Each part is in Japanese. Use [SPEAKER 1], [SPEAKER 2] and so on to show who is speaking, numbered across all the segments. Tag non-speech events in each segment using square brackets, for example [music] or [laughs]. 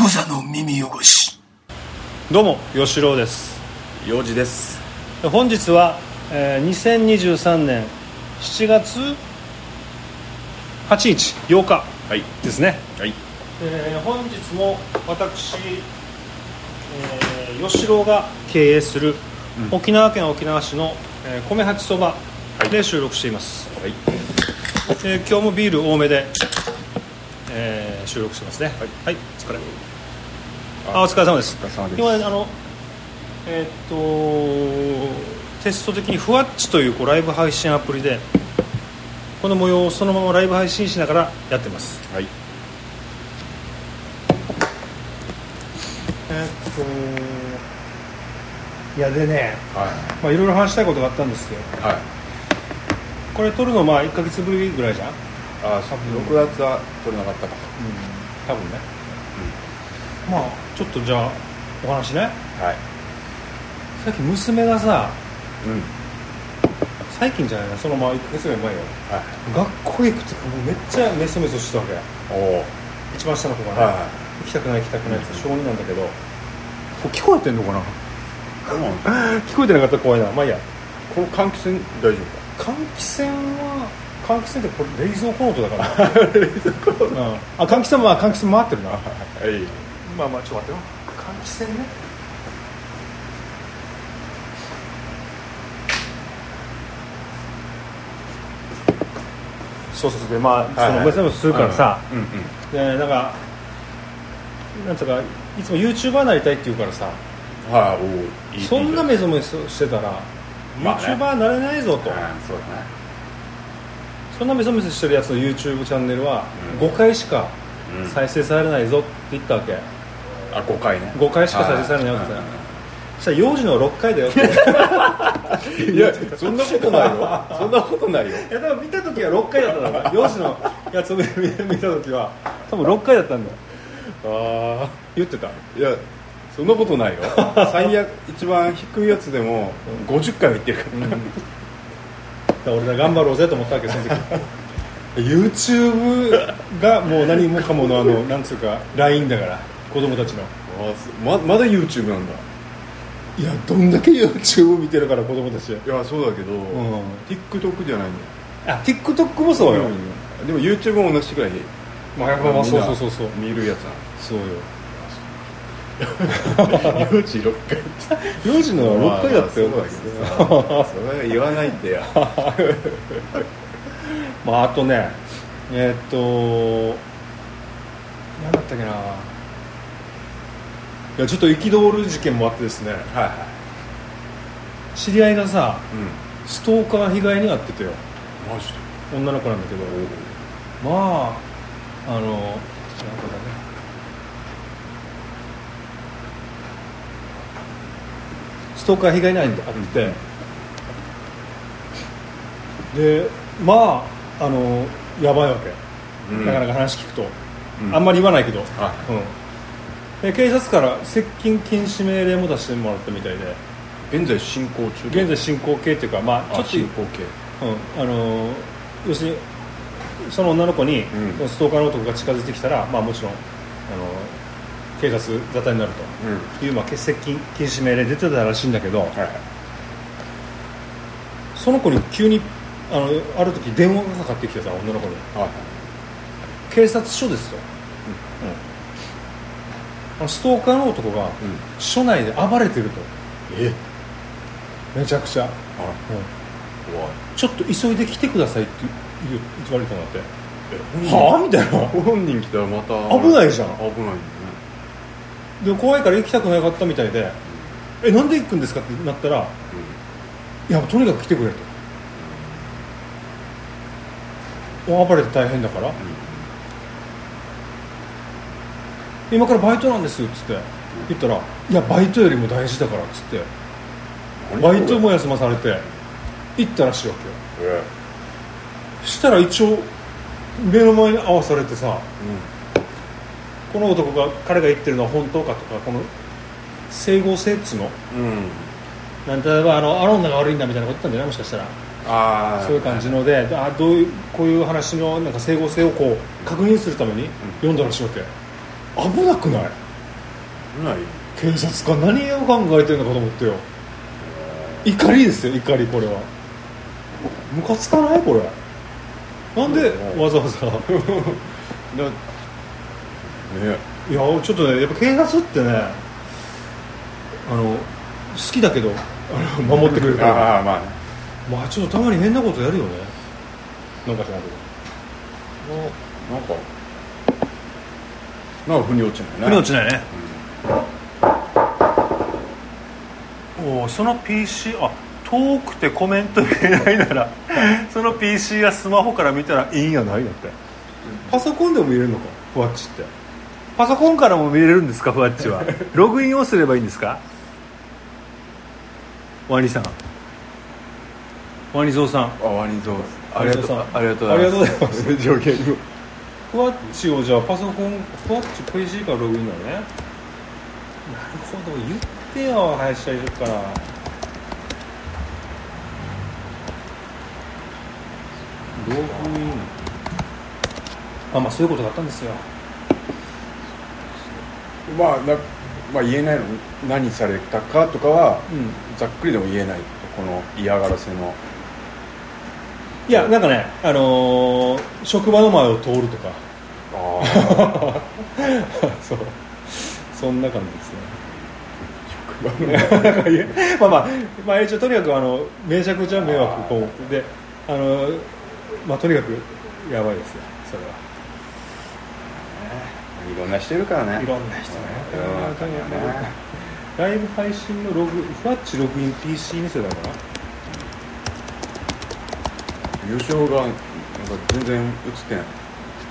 [SPEAKER 1] 無座の耳汚し
[SPEAKER 2] どうも吉郎です
[SPEAKER 3] 用事です
[SPEAKER 2] 本日は、えー、2023年7月8日8日
[SPEAKER 3] はい
[SPEAKER 2] ですね、
[SPEAKER 3] はい
[SPEAKER 2] えー本日も私、えー、吉郎が経営する沖縄県沖縄市の、えー米八そばで収録しています、
[SPEAKER 3] はい
[SPEAKER 2] えー今日もビール多めで、えー収録してますねはい、お疲れあお疲れ様です
[SPEAKER 3] お疲れ様です
[SPEAKER 2] 今あのえーっとテスト的にふわっちというこうライブ配信アプリでこの模様をそのままライブ配信しながらやってます
[SPEAKER 3] はい
[SPEAKER 2] えっといやでね
[SPEAKER 3] はい
[SPEAKER 2] まあいろいろ話したいことがあったんですよ
[SPEAKER 3] はい
[SPEAKER 2] これ撮るのまあ1か月ぶりぐらいじゃん
[SPEAKER 3] あさ6月は取れなかったか
[SPEAKER 2] 多分ね、まあちょっとじゃあお話ね
[SPEAKER 3] はい
[SPEAKER 2] さっき娘がさ
[SPEAKER 3] うん
[SPEAKER 2] 最近じゃないなそのまあ1か月ぐらい前よ
[SPEAKER 3] はい
[SPEAKER 2] 学校行くとかもうめっちゃメソメソしてたわけ
[SPEAKER 3] おお
[SPEAKER 2] 一番下の子がね、
[SPEAKER 3] は
[SPEAKER 2] 行きたくない行きたくないって小2なんだけどこれ聞こえてんのかない
[SPEAKER 3] でも
[SPEAKER 2] 聞こえてなかったら怖いなまあいいや
[SPEAKER 3] この換気扇大丈
[SPEAKER 2] 換気扇は換気扇ってこれ冷蔵コートだから [laughs] 冷蔵コート、うん、あ換気扇は換気扇回ってるな
[SPEAKER 3] 夫かはい
[SPEAKER 2] まあまあちょっと待ってよ換気扇ねそうそうそうでまあそのお店もするからさ、
[SPEAKER 3] うんうん
[SPEAKER 2] でなんかなんとかいつも YouTuber になりたいって言うからさ
[SPEAKER 3] はいおおいい
[SPEAKER 2] そんない
[SPEAKER 3] い
[SPEAKER 2] メソメソしてたら
[SPEAKER 3] まあね
[SPEAKER 2] YouTuber になれないぞと、
[SPEAKER 3] うんそうだね
[SPEAKER 2] そんなメソメソしてるやつの YouTube チャンネルは
[SPEAKER 3] うん
[SPEAKER 2] 5回しか
[SPEAKER 3] うん
[SPEAKER 2] 再生されないぞって言ったわけ、
[SPEAKER 3] あ5回ね
[SPEAKER 2] 5回しか再生されないわけだよそしたら幼児の6回だよってい
[SPEAKER 3] いやそんなことないよそんなことないよ
[SPEAKER 2] やでも見た時は6回だったんだから幼児のやつを見見た時は多分6回だったんだよ
[SPEAKER 3] あ
[SPEAKER 2] 言ってた
[SPEAKER 3] あいやそんなこ
[SPEAKER 2] [laughs]
[SPEAKER 3] とないよ最悪一番低いやつでも50回は言ってるから
[SPEAKER 2] だから俺ら頑張ろうぜと思ったわけその時 YouTube がもう何もかものあのなんつうか LINE だから子供たちの
[SPEAKER 3] あすままだ YouTube なんだ
[SPEAKER 2] いやどんだけ YouTube 見てるから子供たち
[SPEAKER 3] いやそうだけど、
[SPEAKER 2] ん
[SPEAKER 3] TikTok じゃないんだよ
[SPEAKER 2] あ TikTok もそうよ、
[SPEAKER 3] うんでも YouTube も同じくらい
[SPEAKER 2] まあやっぱまあそうそうそうそう
[SPEAKER 3] 見るやつ
[SPEAKER 2] そうよ [laughs]
[SPEAKER 3] なの46回
[SPEAKER 2] 4時の6回だったよ、
[SPEAKER 3] まあそうだけどさそれは言わないんだよ
[SPEAKER 2] [laughs] まあ、あとねえーっと何だったっけないやちょっと憤る事件もあってですね
[SPEAKER 3] はいは
[SPEAKER 2] 知り合いがさ
[SPEAKER 3] いうん
[SPEAKER 2] ストーカー被害に遭っててよ
[SPEAKER 3] マジで
[SPEAKER 2] 女の子なんだけどまああのなんかだねストーカー被害に遭って、でまああのやばいわけ、
[SPEAKER 3] うん
[SPEAKER 2] なかなか話聞くと、
[SPEAKER 3] うん
[SPEAKER 2] あんまり言わないけど、
[SPEAKER 3] は
[SPEAKER 2] うん、で警察から接近禁止命令も出してもらったみたいで
[SPEAKER 3] 現在進行中
[SPEAKER 2] 現在進行形っていうかまあ
[SPEAKER 3] あ
[SPEAKER 2] ちょ
[SPEAKER 3] 進
[SPEAKER 2] っ
[SPEAKER 3] 行形
[SPEAKER 2] と、うん、あの要するにその女の子に、
[SPEAKER 3] うん
[SPEAKER 2] ストーカーの男が近づいてきたら、まあ、もちろんあの警察沙汰になる
[SPEAKER 3] うん
[SPEAKER 2] という、まあ、接近禁止命令出てたらしいんだけど、
[SPEAKER 3] はいはい
[SPEAKER 2] その子に急にあのある時電話がかかってきてさ女の子に
[SPEAKER 3] はい
[SPEAKER 2] 警察署ですよ、うんあのストーカーの男が
[SPEAKER 3] うん
[SPEAKER 2] 署内で暴れてると
[SPEAKER 3] え
[SPEAKER 2] めちゃくちゃ、
[SPEAKER 3] あら怖い
[SPEAKER 2] ちょっと急いで来てくださいって言う言われたんだって
[SPEAKER 3] え
[SPEAKER 2] はあみたいな
[SPEAKER 3] 本人来たらまた
[SPEAKER 2] 危ないじゃん
[SPEAKER 3] 危ないよね
[SPEAKER 2] で怖いから行きたくなかったみたいでえなんで行くんですかってなったらいやとにかく来てくれともう暴れて大変だから
[SPEAKER 3] うん
[SPEAKER 2] 今からバイトなんですっつって言ったらいやバイトよりも大事だからっつって
[SPEAKER 3] うん
[SPEAKER 2] バイトも休まされて行ったらしいわけよ
[SPEAKER 3] え
[SPEAKER 2] したら一応目の前に合わされてさこの男が彼が言ってるのは本当かとかこの整合性っつうの
[SPEAKER 3] うんうん
[SPEAKER 2] なん例えばあのあの女が悪いんだみたいなこと言ったんじゃないもしかしたら
[SPEAKER 3] ああ
[SPEAKER 2] そういう感じのであどういうこういう話のなんか整合性をこう確認するために読んだらしいわけ危なくない
[SPEAKER 3] ない
[SPEAKER 2] 警察官何を考えてるのかと思ってよ怒りですよ怒りこれはムカつかないこれなんでわざわ [laughs] ざ
[SPEAKER 3] だね
[SPEAKER 2] いやちょっとねやっぱ警察ってねあの好きだけどあの守ってくれるから
[SPEAKER 3] ああまあね
[SPEAKER 2] まあちょっとたまに変なことやるよねなんか知らんけ
[SPEAKER 3] なんかなんか腑に落ちな
[SPEAKER 2] ど
[SPEAKER 3] いな
[SPEAKER 2] 腑に落ちないねおーその PC あ遠くてコメント見えないなら [laughs] その PC やスマホから見たらいいんやないだってパソコンでも見れるのかふわっちってパソコンからも見れるんですかふわっ [laughs] ちはログインをすればいいんですかワニさんワニゾウさん
[SPEAKER 3] あ割りぞ
[SPEAKER 2] ありがとう
[SPEAKER 3] ありがとうございます
[SPEAKER 2] ありがとうございます
[SPEAKER 3] 条件に
[SPEAKER 2] ふわっちをじゃあパソコンふわっち PC からログインだねなるほど言ってよ林田いるから
[SPEAKER 3] ログイン
[SPEAKER 2] あまあそういうことだったんですよ
[SPEAKER 3] まあなまあ言えないの何されたかとかは
[SPEAKER 2] うん
[SPEAKER 3] ざっくりでも言えないこの嫌がらせの
[SPEAKER 2] いやなんかねあのー職場の前を通るとか
[SPEAKER 3] ああ
[SPEAKER 2] [laughs] そうそんな感じですね
[SPEAKER 3] 職場の
[SPEAKER 2] なんかいえ [laughs] まあまあ、まあ、一応とにかくあのめちゃくちゃ迷惑こうであのまあとにかくやばいですよそれはい [laughs]
[SPEAKER 3] ろんな人いるからね
[SPEAKER 2] いろんな人ね
[SPEAKER 3] 世の中にはね
[SPEAKER 2] ライブ配信のログフワッチログイン PC 見せたのかな
[SPEAKER 3] 優勝がなんか全然映ってな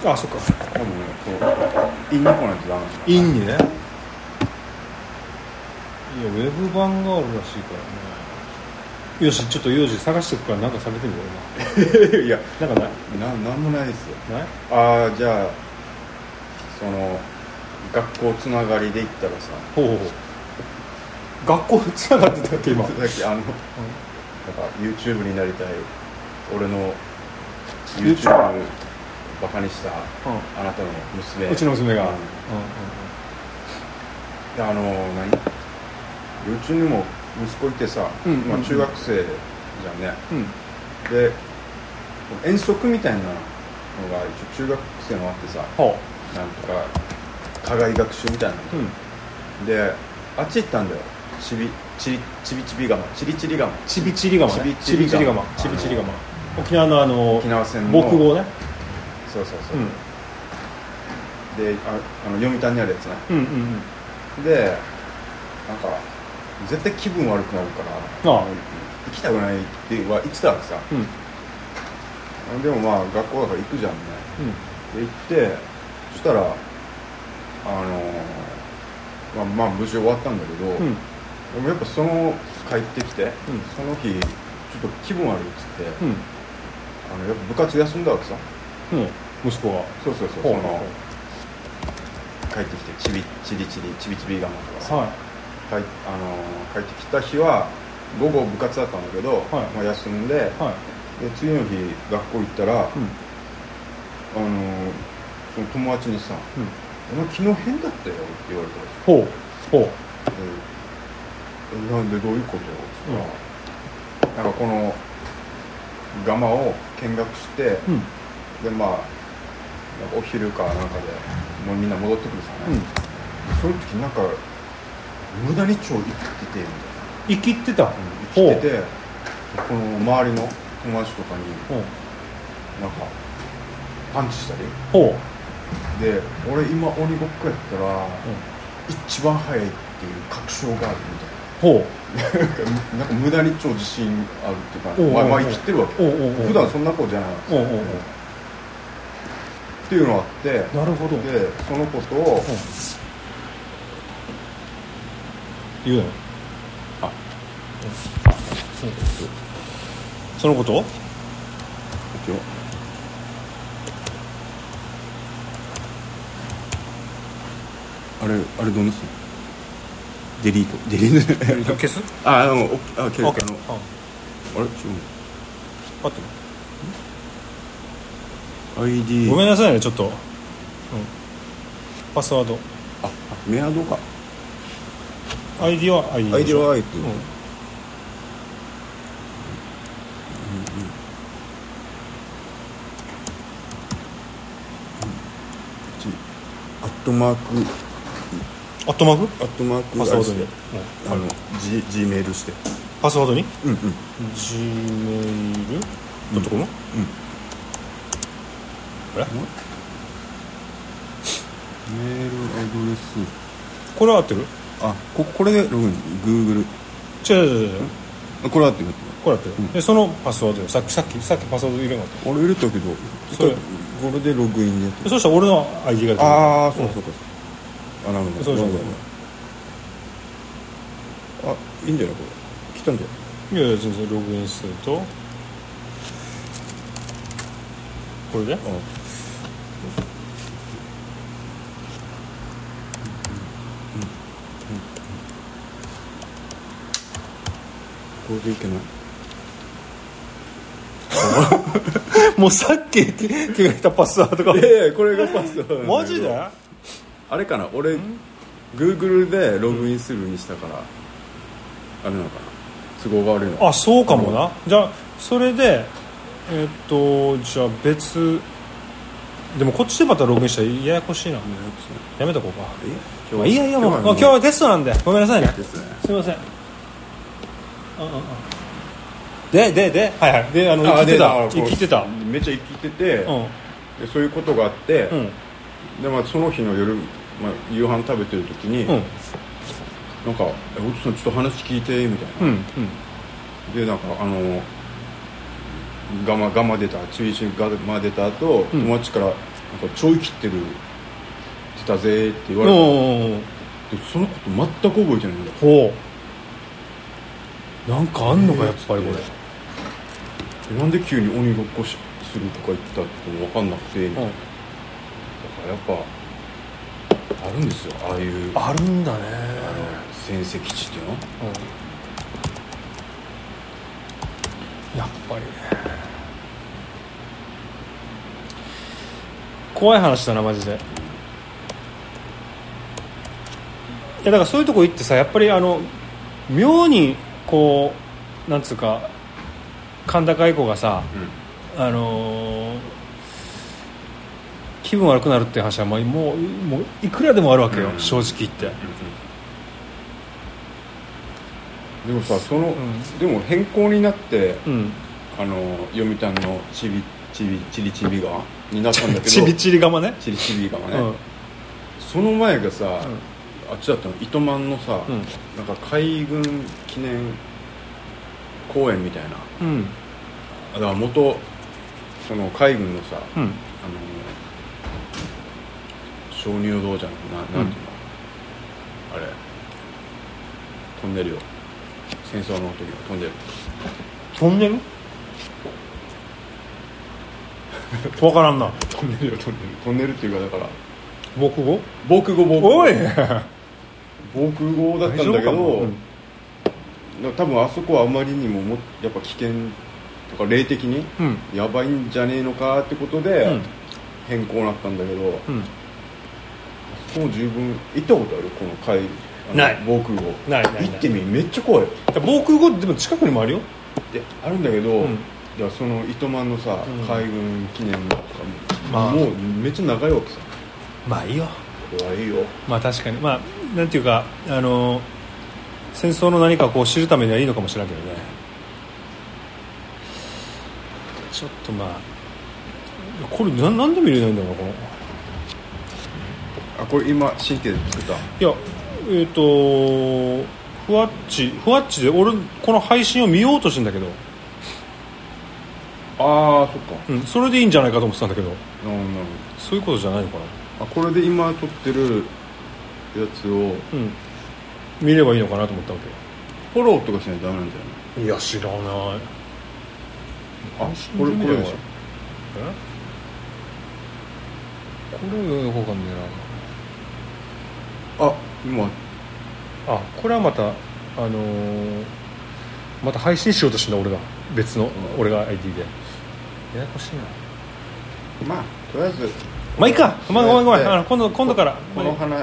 [SPEAKER 3] い
[SPEAKER 2] あそっか
[SPEAKER 3] 多分ね
[SPEAKER 2] [laughs]
[SPEAKER 3] そうインに来ないとダメなんだ
[SPEAKER 2] インにねいやウェブ版があるらしいからねよしちょっと幼児探してくからなんか探ってみよう
[SPEAKER 3] [laughs] いや
[SPEAKER 2] 今なんかない
[SPEAKER 3] ななんもないですよ
[SPEAKER 2] ない
[SPEAKER 3] ああじゃあその学校つながりで行ったらさ
[SPEAKER 2] ほうほうほう学校つながってたっけ今
[SPEAKER 3] さっきあのなんか YouTube になりたい俺の YouTube バカにしたあなたの娘
[SPEAKER 2] うちの娘が、
[SPEAKER 3] うんであの何うちにも息子いてさ、
[SPEAKER 2] うんうんうん
[SPEAKER 3] まあ、中学生じゃんね
[SPEAKER 2] うん
[SPEAKER 3] で遠足みたいなのが一応中学生のあってさ
[SPEAKER 2] は
[SPEAKER 3] なんとか課外学習みたいなの
[SPEAKER 2] あうん
[SPEAKER 3] であっち行ったんだよちびちびちびちび釜ちびちり釜
[SPEAKER 2] ちびちり釜ねち
[SPEAKER 3] ち
[SPEAKER 2] び
[SPEAKER 3] び
[SPEAKER 2] ち
[SPEAKER 3] ち
[SPEAKER 2] り
[SPEAKER 3] り
[SPEAKER 2] 釜
[SPEAKER 3] 釜
[SPEAKER 2] ちびちり釜沖縄のあの
[SPEAKER 3] 沖縄戦の
[SPEAKER 2] 木語ね
[SPEAKER 3] そうそうそうう、
[SPEAKER 2] ん
[SPEAKER 3] でああの読谷にあるやつね
[SPEAKER 2] うんうんうん
[SPEAKER 3] でなんか絶対気分悪くなるから
[SPEAKER 2] ああ
[SPEAKER 3] 行きたくないっては言ってたわけさ
[SPEAKER 2] うん
[SPEAKER 3] でもまあ学校だから行くじゃんね
[SPEAKER 2] うん
[SPEAKER 3] で行ってそしたらあのまあ、まあ無事終わったんだけど、
[SPEAKER 2] うん
[SPEAKER 3] でもやっぱその帰ってきて、
[SPEAKER 2] ん
[SPEAKER 3] その日ちょっと気分悪いっつって、
[SPEAKER 2] うん
[SPEAKER 3] あのやっぱ部活休んだわけさ
[SPEAKER 2] うん息子が
[SPEAKER 3] そうそうそうそ
[SPEAKER 2] ほう
[SPEAKER 3] の帰ってきてちびちりちりちびちび我慢とかさ
[SPEAKER 2] は
[SPEAKER 3] 帰,、あのー帰ってきた日は午後部活だったんだけど、
[SPEAKER 2] はい
[SPEAKER 3] まあ、休んで,、
[SPEAKER 2] いはい
[SPEAKER 3] で次の日学校行ったら、あ
[SPEAKER 2] うん
[SPEAKER 3] のーその友達にさ「
[SPEAKER 2] うん
[SPEAKER 3] お前昨日変だったよ」って言われたらし
[SPEAKER 2] ほうほう
[SPEAKER 3] いえなんでどういうこと?」って言ったら、なんかこのガマを見学して、
[SPEAKER 2] うんうん
[SPEAKER 3] でまあなんかお昼かなんかでもうみんな戻ってくるさね、そういう時なんか無駄に超生きててみ
[SPEAKER 2] 生きてた
[SPEAKER 3] たい
[SPEAKER 2] ほ
[SPEAKER 3] な
[SPEAKER 2] う
[SPEAKER 3] 生きててこの周りの友達とかに
[SPEAKER 2] ほう
[SPEAKER 3] なんかパンチしたり
[SPEAKER 2] ほ
[SPEAKER 3] で俺今鬼ごっこやったら一番速いっていう確証がある
[SPEAKER 2] うほう
[SPEAKER 3] みたいななんかなんか無駄に超自信あるっていうか
[SPEAKER 2] おうおうおう
[SPEAKER 3] まあまあ生きてるわけ
[SPEAKER 2] おうおうおう
[SPEAKER 3] 普段そんな子じゃない
[SPEAKER 2] おうおうおう
[SPEAKER 3] っていうのがあって
[SPEAKER 2] なるほど
[SPEAKER 3] でそのことを
[SPEAKER 2] ほう言うの
[SPEAKER 3] あ
[SPEAKER 2] そのこと
[SPEAKER 3] 一応あれあれどうなすのデリートデリートじゃない
[SPEAKER 2] 消す
[SPEAKER 3] ああのおあけ
[SPEAKER 2] ?OK
[SPEAKER 3] あ
[SPEAKER 2] あ
[SPEAKER 3] のあれちょっ
[SPEAKER 2] 待って
[SPEAKER 3] と ID
[SPEAKER 2] ごめんなさいねちょっと、うん、パスワード
[SPEAKER 3] ああメアドか
[SPEAKER 2] ID は ID
[SPEAKER 3] アイディア
[SPEAKER 2] は
[SPEAKER 3] は IT、
[SPEAKER 2] うん
[SPEAKER 3] うんうんちアットマーク
[SPEAKER 2] アットマーク
[SPEAKER 3] アットマーク
[SPEAKER 2] パスワード
[SPEAKER 3] あ
[SPEAKER 2] にう
[SPEAKER 3] れし
[SPEAKER 2] ん
[SPEAKER 3] てあの G, G メールして
[SPEAKER 2] パスワードに
[SPEAKER 3] うんうん
[SPEAKER 2] Gmail ドットコムえ
[SPEAKER 3] メールアドレス
[SPEAKER 2] これは合ってる
[SPEAKER 3] あここれでログイン Google
[SPEAKER 2] 違う違う違う違う
[SPEAKER 3] あこれあってる
[SPEAKER 2] これ合ってる、でそのパスワードよさっきさっきさっきパスワード入れなかっ
[SPEAKER 3] 俺入れたけど
[SPEAKER 2] それ
[SPEAKER 3] これでログインでやって
[SPEAKER 2] たでそしたら俺の ID が出てくる
[SPEAKER 3] ああそうかそうかあなるほど
[SPEAKER 2] そうそう
[SPEAKER 3] なるほどあいいんじゃないこれ来たんじゃな
[SPEAKER 2] い
[SPEAKER 3] い
[SPEAKER 2] やいや全然ログインするとこれで
[SPEAKER 3] あこれでいけない
[SPEAKER 2] [laughs] もうさっき決めたパスワードが
[SPEAKER 3] いやいやこれがパスワードなんだけど
[SPEAKER 2] [laughs] マジで
[SPEAKER 3] あれかな俺 Google でログインするにしたからあれなのかな都合が悪いの
[SPEAKER 2] あそうかもなじゃあそれでえっとじゃあ別でもこっちでまたログインしたらややこしいなやめとこうか
[SPEAKER 3] え
[SPEAKER 2] まあいいやいいやもう
[SPEAKER 3] は
[SPEAKER 2] あ今日はテストなんでごめんなさいね
[SPEAKER 3] ですね
[SPEAKER 2] すいませんあああででではいはいであの生きてた生きてたうん
[SPEAKER 3] めっちゃ生きてて、
[SPEAKER 2] うん
[SPEAKER 3] でそういうことがあって、
[SPEAKER 2] うん
[SPEAKER 3] でまあ、その日の夜、まあ、夕飯食べてる時に、
[SPEAKER 2] うん
[SPEAKER 3] なんか「えお父さんちょっと話聞いて」みたいな、
[SPEAKER 2] うん
[SPEAKER 3] でなんかあのガマガマ出た中心ガマ出た後、
[SPEAKER 2] うん
[SPEAKER 3] 友達からなんか「ちょい切ってる」ってたぜって言わ
[SPEAKER 2] うん
[SPEAKER 3] れて、
[SPEAKER 2] うん
[SPEAKER 3] でそのこと全く覚えてないんだよ
[SPEAKER 2] ほうなんかあんのかやっぱりこれ
[SPEAKER 3] でなんで急に鬼ごっこしするとか言ってたって分かんなくて、だからやっぱあるんですよああいう
[SPEAKER 2] あるんだね
[SPEAKER 3] あの戦績地っていうの
[SPEAKER 2] やっぱりね怖い話だなマジでいやだからそういうとこ行ってさやっぱりあの妙にこうなんつうか甲高い子がさあのー気分悪くなるっていう話はまあもうもういくらでもあるわけよ、
[SPEAKER 3] うん
[SPEAKER 2] 正直言って、
[SPEAKER 3] でもさその、
[SPEAKER 2] ん
[SPEAKER 3] でも変更になって
[SPEAKER 2] うん、
[SPEAKER 3] あの読谷のちびちびちりちびがになった
[SPEAKER 2] [laughs]
[SPEAKER 3] んだけど
[SPEAKER 2] ちびちり釜ね
[SPEAKER 3] ちりちびがが
[SPEAKER 2] う
[SPEAKER 3] ね、
[SPEAKER 2] ん
[SPEAKER 3] その前がさ、あっちだったの糸満のさ、
[SPEAKER 2] うん
[SPEAKER 3] なんか海軍記念公園みたいな
[SPEAKER 2] うん
[SPEAKER 3] あだから元その海軍のさ、
[SPEAKER 2] うん
[SPEAKER 3] あの鍾乳洞じゃんななんていうの、
[SPEAKER 2] うん
[SPEAKER 3] あれ飛んでるよ戦争の時は飛んでる
[SPEAKER 2] トンネル分からんな
[SPEAKER 3] 飛んでるよ飛んでる飛んでるっていうかだから
[SPEAKER 2] 母国語
[SPEAKER 3] 防空壕防空
[SPEAKER 2] おい
[SPEAKER 3] 壕防空壕だったんだけど、でも多分あそこはあまりにももやっぱ危険とか霊的に
[SPEAKER 2] うん
[SPEAKER 3] やばいんじゃねえのかってことで、
[SPEAKER 2] うん
[SPEAKER 3] 変更なったんだけど、
[SPEAKER 2] うん
[SPEAKER 3] そこも十分行ったことあるこの海あの
[SPEAKER 2] ない
[SPEAKER 3] 防空壕
[SPEAKER 2] ないないない
[SPEAKER 3] 行ってみめっちゃ怖いよ
[SPEAKER 2] だから防空壕ってでも近くにもあるよ
[SPEAKER 3] であるんだけど、
[SPEAKER 2] ん
[SPEAKER 3] いやその糸満のさ、
[SPEAKER 2] うん
[SPEAKER 3] 海軍記念とかも,、
[SPEAKER 2] まあ
[SPEAKER 3] もうめっちゃ長いわけさ
[SPEAKER 2] まあいいよ
[SPEAKER 3] 怖いよ
[SPEAKER 2] まあ確かにまあなんていうかあの戦争の何かをこう知るためにはいいのかもしれないけどねちょっとまあこれななんで見れないんだろうなこの
[SPEAKER 3] あこれ今神経で作った
[SPEAKER 2] いやえっ、とふわっちふわっちで俺この配信を見ようとしてんだけど、
[SPEAKER 3] ああそっか
[SPEAKER 2] うん、それでいいんじゃないかと思ってたんだけど
[SPEAKER 3] なるほどなる
[SPEAKER 2] そういうことじゃないのかな、
[SPEAKER 3] ほどあこれで今撮ってるやつを
[SPEAKER 2] うん、見ればいいのかなと思ったわ
[SPEAKER 3] フォローとかしないとダメなんじゃない
[SPEAKER 2] けいや知らない
[SPEAKER 3] あこれこれでしょ
[SPEAKER 2] これよくわかんね
[SPEAKER 3] あ今
[SPEAKER 2] えなあこれはまたあのーまた配信しようとしてんだ俺が別の俺が ID でややこしいな
[SPEAKER 3] まあとりあえず
[SPEAKER 2] まあいいか、まあ、ごめんごめん
[SPEAKER 3] ええ
[SPEAKER 2] あの今度今度から
[SPEAKER 3] この花
[SPEAKER 2] あ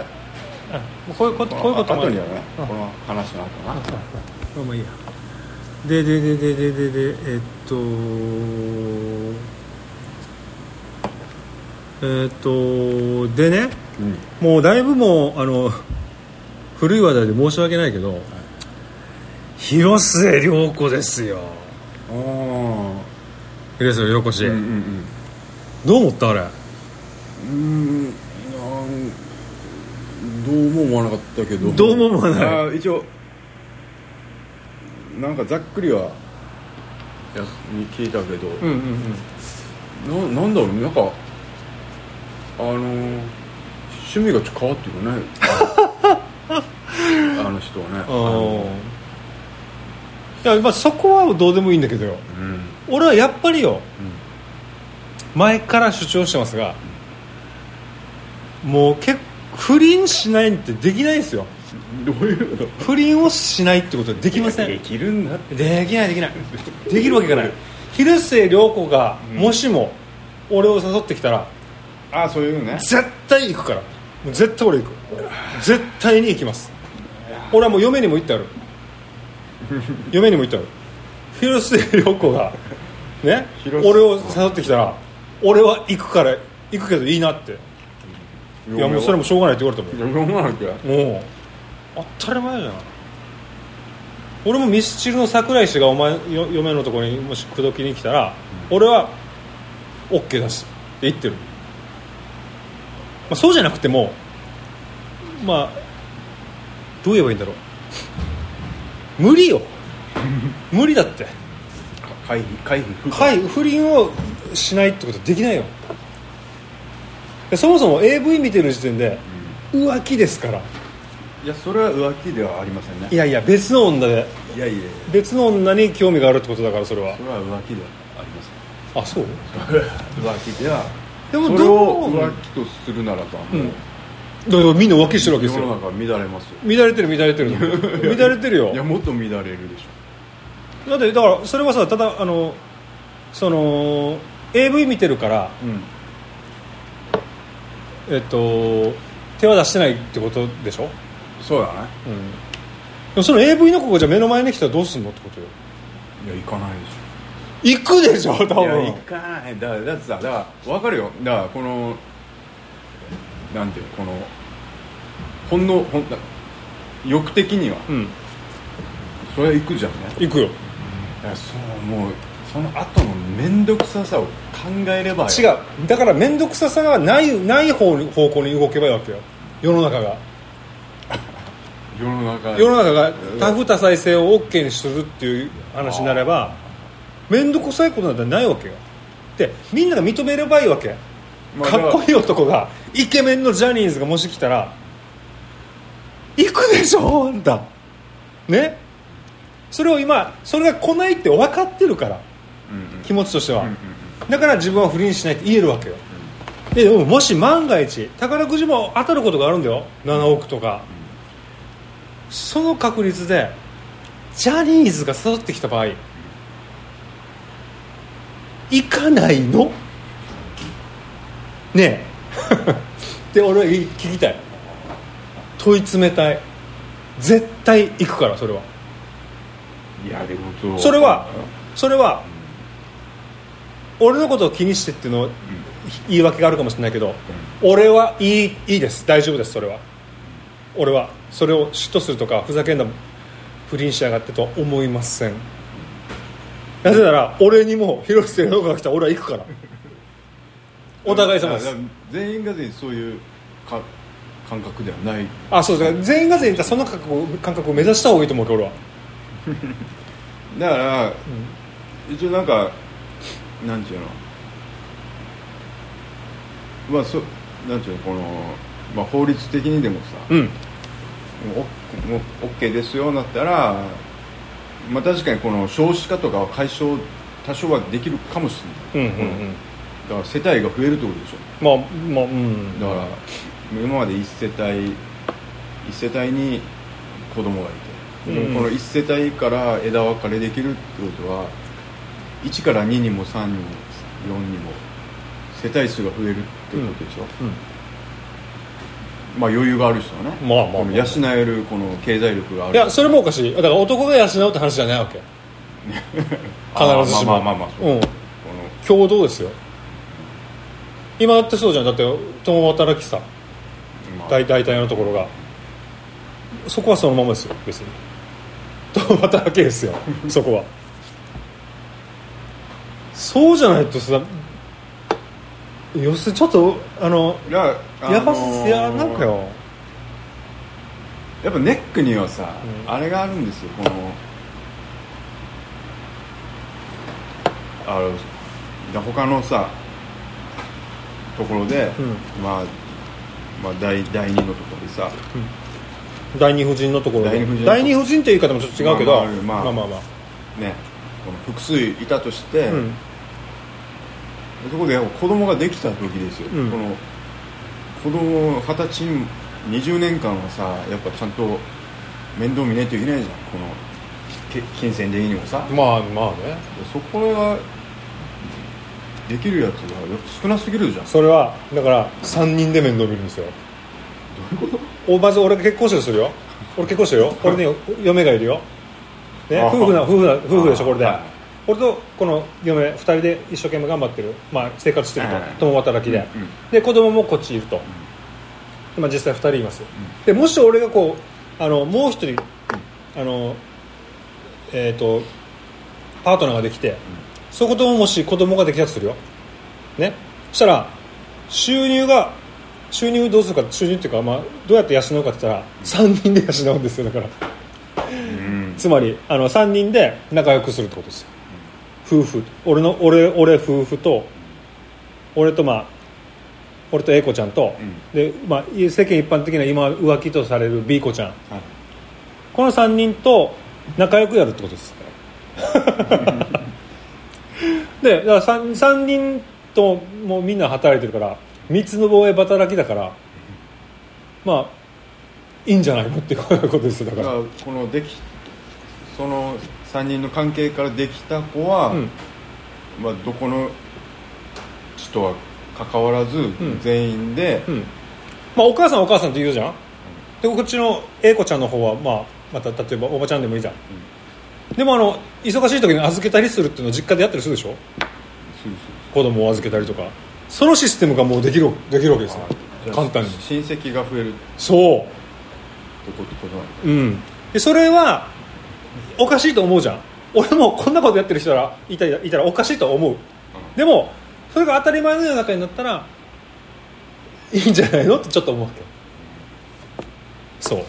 [SPEAKER 2] うこういうことこういうこともあ
[SPEAKER 3] 後
[SPEAKER 2] る
[SPEAKER 3] にはねこの話の後
[SPEAKER 2] ま
[SPEAKER 3] な
[SPEAKER 2] あまあいいやでででででででえっとえっとでね
[SPEAKER 3] うん
[SPEAKER 2] もうだいぶもうあの [laughs] 古い話題で申し訳ないけど、広末涼子ですよ
[SPEAKER 3] あ
[SPEAKER 2] 広末涼子氏、
[SPEAKER 3] あうんうん
[SPEAKER 2] どう思ったあれ
[SPEAKER 3] うんうーんどうも思わなかったけど
[SPEAKER 2] どうも思わない
[SPEAKER 3] あー一応なんかざっくりはやに聞いたけど、
[SPEAKER 2] んうんうん
[SPEAKER 3] ななんだろうねなんかあのー趣味がちょっと変わってる
[SPEAKER 2] [laughs]
[SPEAKER 3] ねあの人はねあの
[SPEAKER 2] いやまあそこはどうでもいいんだけどよ
[SPEAKER 3] うん
[SPEAKER 2] 俺はやっぱりよ、前から主張してますが、もう結不倫しないってできないんですよ
[SPEAKER 3] どういうこと
[SPEAKER 2] 不倫をしないってことはできません
[SPEAKER 3] で
[SPEAKER 2] で
[SPEAKER 3] きるんだって
[SPEAKER 2] きないできないできるわけがない広末涼子がもしも俺を誘ってきたら、
[SPEAKER 3] ああそういうのね
[SPEAKER 2] 絶対行くからもう絶対俺行く絶対に行きます俺はもう嫁にも言ってある嫁にも言ってある広末涼子がね
[SPEAKER 3] 広末
[SPEAKER 2] 俺を誘ってきたら俺は行くから行くけどいいなっていやもうそれもしょうがないって言われたもん
[SPEAKER 3] 読まなきゃ
[SPEAKER 2] もう当たり前じゃん俺もミスチルの桜井氏がお前よ嫁のところにもし口説きに来たら、俺は OK だしって言ってる、まあ、そうじゃなくてもまあどう言えばいいんだろう無理よ無理だって
[SPEAKER 3] 回避回避
[SPEAKER 2] はい不倫をしないってことできないよでそもそも AV 見てる時点で浮気ですから
[SPEAKER 3] いやそれは浮気ではありませんね
[SPEAKER 2] いやいや別の女で
[SPEAKER 3] いやいやいや
[SPEAKER 2] 別の女に興味があるってことだからそれは
[SPEAKER 3] それは浮気ではありま
[SPEAKER 2] あそう
[SPEAKER 3] せん浮気では
[SPEAKER 2] で
[SPEAKER 3] そ
[SPEAKER 2] も
[SPEAKER 3] れ
[SPEAKER 2] ど
[SPEAKER 3] を
[SPEAKER 2] う
[SPEAKER 3] 浮気とするならばもう、
[SPEAKER 2] うんだからみんな浮気してるわけで
[SPEAKER 3] 世
[SPEAKER 2] す
[SPEAKER 3] の
[SPEAKER 2] よ
[SPEAKER 3] 中乱れますよ
[SPEAKER 2] 乱れてる乱れてる乱れてるよ
[SPEAKER 3] いやもっと乱れるでし
[SPEAKER 2] だってだからそれはさただあのその AV 見てるから
[SPEAKER 3] ょうん
[SPEAKER 2] えっと手は出してないってことでしょ、
[SPEAKER 3] そうだね
[SPEAKER 2] うん、でもその AV の子がじゃあ目の前に来たらどうすんのってことよ
[SPEAKER 3] いや行かないでしょ
[SPEAKER 2] 行くでしょ多
[SPEAKER 3] いや
[SPEAKER 2] 分
[SPEAKER 3] 行かないだだってさだから分かるよだからこのなんていうのこのほんのほんだ欲的には、
[SPEAKER 2] うん
[SPEAKER 3] それは行くじゃんね
[SPEAKER 2] 行くよ
[SPEAKER 3] いやそうもうその後の面倒くささを考えればよ
[SPEAKER 2] 違うだから面倒くささがないない方に方向に動けばいいわけよ世の中が
[SPEAKER 3] 世の中
[SPEAKER 2] 世の中が多夫多妻制を OK にするっていう話になれば面倒くさいことなんてないわけよでみんなが認めればいいわけ
[SPEAKER 3] まあ
[SPEAKER 2] かっこいい男がイケメンのジャニーズがもし来たら行くでしょあんたねそれを今それが来ないって分かってるから
[SPEAKER 3] うんうん
[SPEAKER 2] 気持ちとしては、
[SPEAKER 3] うんうん
[SPEAKER 2] だから自分は不倫しないって言えるわけよ、ででももし万が一宝くじも当たることがあるんだよ7億とか、その確率でジャニーズが誘ってきた場合行かないのねえ [laughs] って俺は聞きたい問い詰めたい絶対行くからそれは
[SPEAKER 3] うんいやでもそう
[SPEAKER 2] それはそれは俺のことを気にしてっていうのは言い訳があるかもしれないけど、俺はいいいいです大丈夫ですそれは俺はそれを嫉妬するとかふざけんな不倫しやがってとは思いませんなぜなら俺にも広末涼子が来たら俺は行くからお互い様です
[SPEAKER 3] だから全員が全員そういうか感覚ではない
[SPEAKER 2] あそうですね全員が全員いたらその感覚を感覚を目指した方がいいと思うけど俺は
[SPEAKER 3] だから、一応なんかなんていうのまあそなんていうのこの、まあ、法律的にでもさ、
[SPEAKER 2] うん
[SPEAKER 3] もうおもう OK ですよなったら、まあ、確かにこの少子化とかは解消多少はできるかもし
[SPEAKER 2] う
[SPEAKER 3] れ
[SPEAKER 2] んう
[SPEAKER 3] なんい、
[SPEAKER 2] うん
[SPEAKER 3] だから世帯が増えるってことでしょ
[SPEAKER 2] まあまあうん
[SPEAKER 3] だから今まで一世帯一世帯に子供がいて、でも
[SPEAKER 2] うん
[SPEAKER 3] この一世帯から枝分かれできるってことは1から2にも3にも4にも世帯数が増えるってことでしょ、
[SPEAKER 2] うん
[SPEAKER 3] まあ余裕がある人はね、
[SPEAKER 2] まあまあまあ
[SPEAKER 3] この養えるこの経済力があ
[SPEAKER 2] い
[SPEAKER 3] る
[SPEAKER 2] やそれもおかしいだから男が養うって話じゃないわけ必ずしも
[SPEAKER 3] あーまあまあまあまあそう
[SPEAKER 2] うん共同ですよ今だってそうじゃんだって共働きさ
[SPEAKER 3] まあ
[SPEAKER 2] 大大体のところがそこはそのままですよ別に共働きですよ
[SPEAKER 3] [laughs]
[SPEAKER 2] そこはそうじゃないとさよせちょっとあの
[SPEAKER 3] いや、あの
[SPEAKER 2] やばっすいやなんかよ
[SPEAKER 3] やっぱネックにはさ、
[SPEAKER 2] うん
[SPEAKER 3] あれがあるんですよこのあれ他のさところで、
[SPEAKER 2] う
[SPEAKER 3] まあ、まあ第第二のところでさ
[SPEAKER 2] 第二夫人のところ
[SPEAKER 3] 第
[SPEAKER 2] で
[SPEAKER 3] 二夫人のとこ
[SPEAKER 2] 第二夫人っていう言い方もちょっと違うけど
[SPEAKER 3] まあまあまあ
[SPEAKER 2] まあまあ
[SPEAKER 3] ねこの複数いたとして、
[SPEAKER 2] うん
[SPEAKER 3] そこで子供ができた時ですよ、
[SPEAKER 2] うん
[SPEAKER 3] この子供二十歳に20年間はさやっぱちゃんと面倒見ないといけないじゃんこのけ金銭的にもさ、
[SPEAKER 2] まあまあね
[SPEAKER 3] そこができるやつがやっぱ少なすぎるじゃん
[SPEAKER 2] それはだから3人で面倒見るんですよ
[SPEAKER 3] ういうこ
[SPEAKER 2] おまず俺が結婚してるとするよ俺結婚してるよ俺ね嫁がいるよ、ね、
[SPEAKER 3] あ
[SPEAKER 2] 夫婦な夫婦な夫婦でしょこれで、
[SPEAKER 3] はい
[SPEAKER 2] 俺とこの嫁2人で一生懸命頑張ってる、まあ、生活してると、
[SPEAKER 3] はいはい
[SPEAKER 2] 共働きで、
[SPEAKER 3] うんうん
[SPEAKER 2] で子供もこっちいると、今実際2人います、でもし俺がこうあのもう一人あのえっ、とパートナーができて、そことももし子供ができたとするよねそしたら収入が収入どうするか収入っていうか、まあ、どうやって養うかって言ったら3人で養うんですよだから
[SPEAKER 3] うん
[SPEAKER 2] つまりあの3人で仲良くするってことですよ夫婦俺の俺俺夫婦と俺とまあ俺と A 子ちゃんと、
[SPEAKER 3] う
[SPEAKER 2] でまあ、世間一般的な今浮気とされる B 子ちゃん
[SPEAKER 3] はい
[SPEAKER 2] この3人と仲良くやるってことです [laughs] でだから 3, 3人ともうみんな働いてるから三つの防衛働きだからまあいいんじゃないのってことですよだ
[SPEAKER 3] だ
[SPEAKER 2] か
[SPEAKER 3] かららこのできその3人の関係からできた子は、
[SPEAKER 2] うん
[SPEAKER 3] まあ、どこの地とは関わらず、
[SPEAKER 2] ん
[SPEAKER 3] 全員で、
[SPEAKER 2] うんまあお母さんはお母さんって言うじゃんでこっちの A 子ちゃんの方は、まあ、また例えばおばちゃんでもいいじゃん、でもあの忙しい時に預けたりするっていうのを実家でやったりするでしょ
[SPEAKER 3] そうそ
[SPEAKER 2] 子
[SPEAKER 3] う
[SPEAKER 2] 供を預けたりとかそのシステムがもうできるできるわけですね
[SPEAKER 3] じゃあ
[SPEAKER 2] 簡単に
[SPEAKER 3] 親戚が増えるって
[SPEAKER 2] そ
[SPEAKER 3] ことことなんだ
[SPEAKER 2] う、うん、でそれはおかしいと思うじゃん俺もこんなことやってる人らいたらいたらおかしいと思うでもそれが当たり前の世の中になったらいいんじゃないのってちょっと思うわけそう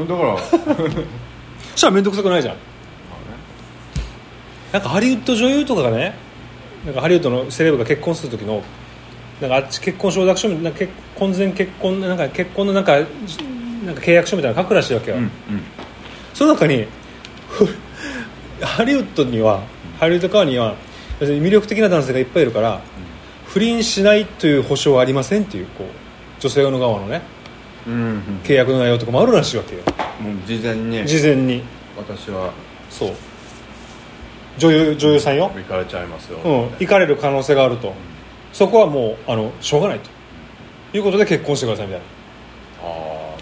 [SPEAKER 3] うんだからま
[SPEAKER 2] そしたら面倒くさくないじゃんなんかハリウッド女優とかがねなんかハリウッドのセレブが結婚する時のなんかあっち結婚承諾書みたいななんか結婚前結婚なんか結婚のなんかなんか契約書みたいなの書くらしいわけよ、
[SPEAKER 3] あね
[SPEAKER 2] その中にふハリウッドにはハリウッド側には要するに魅力的な男性がいっぱいいるから、不倫しないという保証はありませんっていうこう女性の側のね
[SPEAKER 3] うんうん、うん
[SPEAKER 2] 契約の内容とかもあるらしいわけよ
[SPEAKER 3] うん、もう事前に
[SPEAKER 2] 事前に
[SPEAKER 3] 私は
[SPEAKER 2] そう女優女優さんよ、
[SPEAKER 3] 行かれちゃいますよ、
[SPEAKER 2] うん、行かれる可能性があるとそこはもうあのしょうがないということで結婚してくださいみたいな
[SPEAKER 3] ああ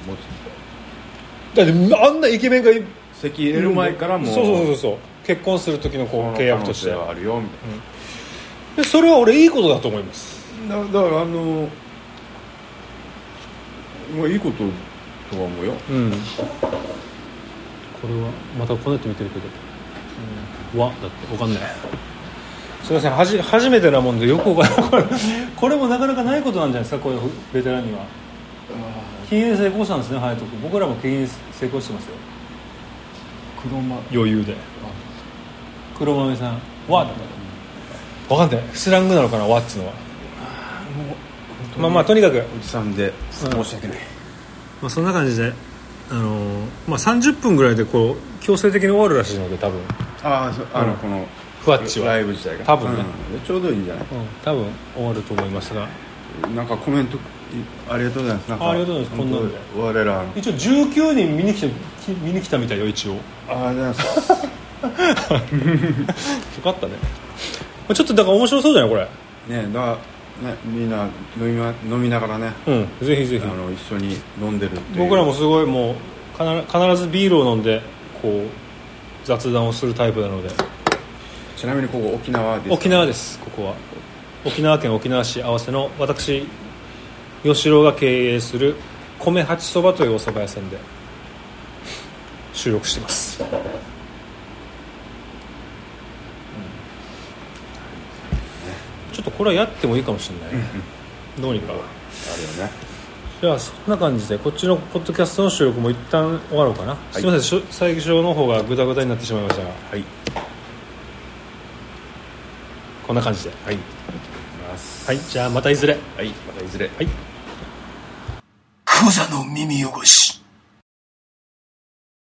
[SPEAKER 3] もう
[SPEAKER 2] だってあんなイケメンがい
[SPEAKER 3] 籍入れる前からも
[SPEAKER 2] そうそうそうそう結婚する時のこう契約として
[SPEAKER 3] この可能性はあるよみた
[SPEAKER 2] で
[SPEAKER 3] い
[SPEAKER 2] それは俺いいことだと思います
[SPEAKER 3] な、だだからあのまあいいこととは思うよ
[SPEAKER 2] うんこれはまたこうやって見てるけど、わだってわかんないすいませんはじ初めてなもんでよくわかんない [laughs] これこれもなかなかないことなんじゃないですかこういうベテランには禁煙成功したんですね隼人君僕らも禁煙成功してますよ
[SPEAKER 3] 黒間
[SPEAKER 2] 余裕で黒豆さん「わ」だ分かんないスラングなのかな「わ」っつうのはまあまあとにかく、ま
[SPEAKER 3] おじさんで申し訳ない、
[SPEAKER 2] あ、そんな感じで、あのーまあ、30分ぐらいでこう強制的に終わるらしいので多分
[SPEAKER 3] ああそうあの、この
[SPEAKER 2] ふわっちは、
[SPEAKER 3] ラ
[SPEAKER 2] う
[SPEAKER 3] イブ自体が
[SPEAKER 2] 多分ね
[SPEAKER 3] うんちょうどいいんじゃない
[SPEAKER 2] ん、多分終わると思いますが
[SPEAKER 3] なんかコメントいありがとうございますなんか
[SPEAKER 2] ありがとうございますこんなんで
[SPEAKER 3] 本当我らの
[SPEAKER 2] 一応19人見に来てき見に来たみたいよ一応よ
[SPEAKER 3] あありがとうございます
[SPEAKER 2] かったねまあちょっとだから面白そうじゃないこれ
[SPEAKER 3] ねだからね、みんな飲みま飲みながらね
[SPEAKER 2] うんぜひぜひ
[SPEAKER 3] あの一緒に飲んでるっていう
[SPEAKER 2] 僕らもすごいもうかな必ずビールを飲んでこう雑談をするタイプなので
[SPEAKER 3] ちなみにここ沖縄ですか
[SPEAKER 2] 沖縄ですここは沖縄県沖縄市合わせの私吉郎が経営する米八そばというお蕎麦屋さんで収録してますちょっとこれはやってもいいかもしれないどうにか
[SPEAKER 3] あるよね
[SPEAKER 2] じゃあそんな感じでこっちのポッドキャストの収録も一旦終わろうかな、すいませんしょ最初の方がグダグダになってしまいましたが
[SPEAKER 3] はい
[SPEAKER 2] こんな感じで
[SPEAKER 3] はい行きます
[SPEAKER 2] はいじゃあまたいずれ
[SPEAKER 3] はいまたいずれ
[SPEAKER 2] はい
[SPEAKER 1] クザの耳汚し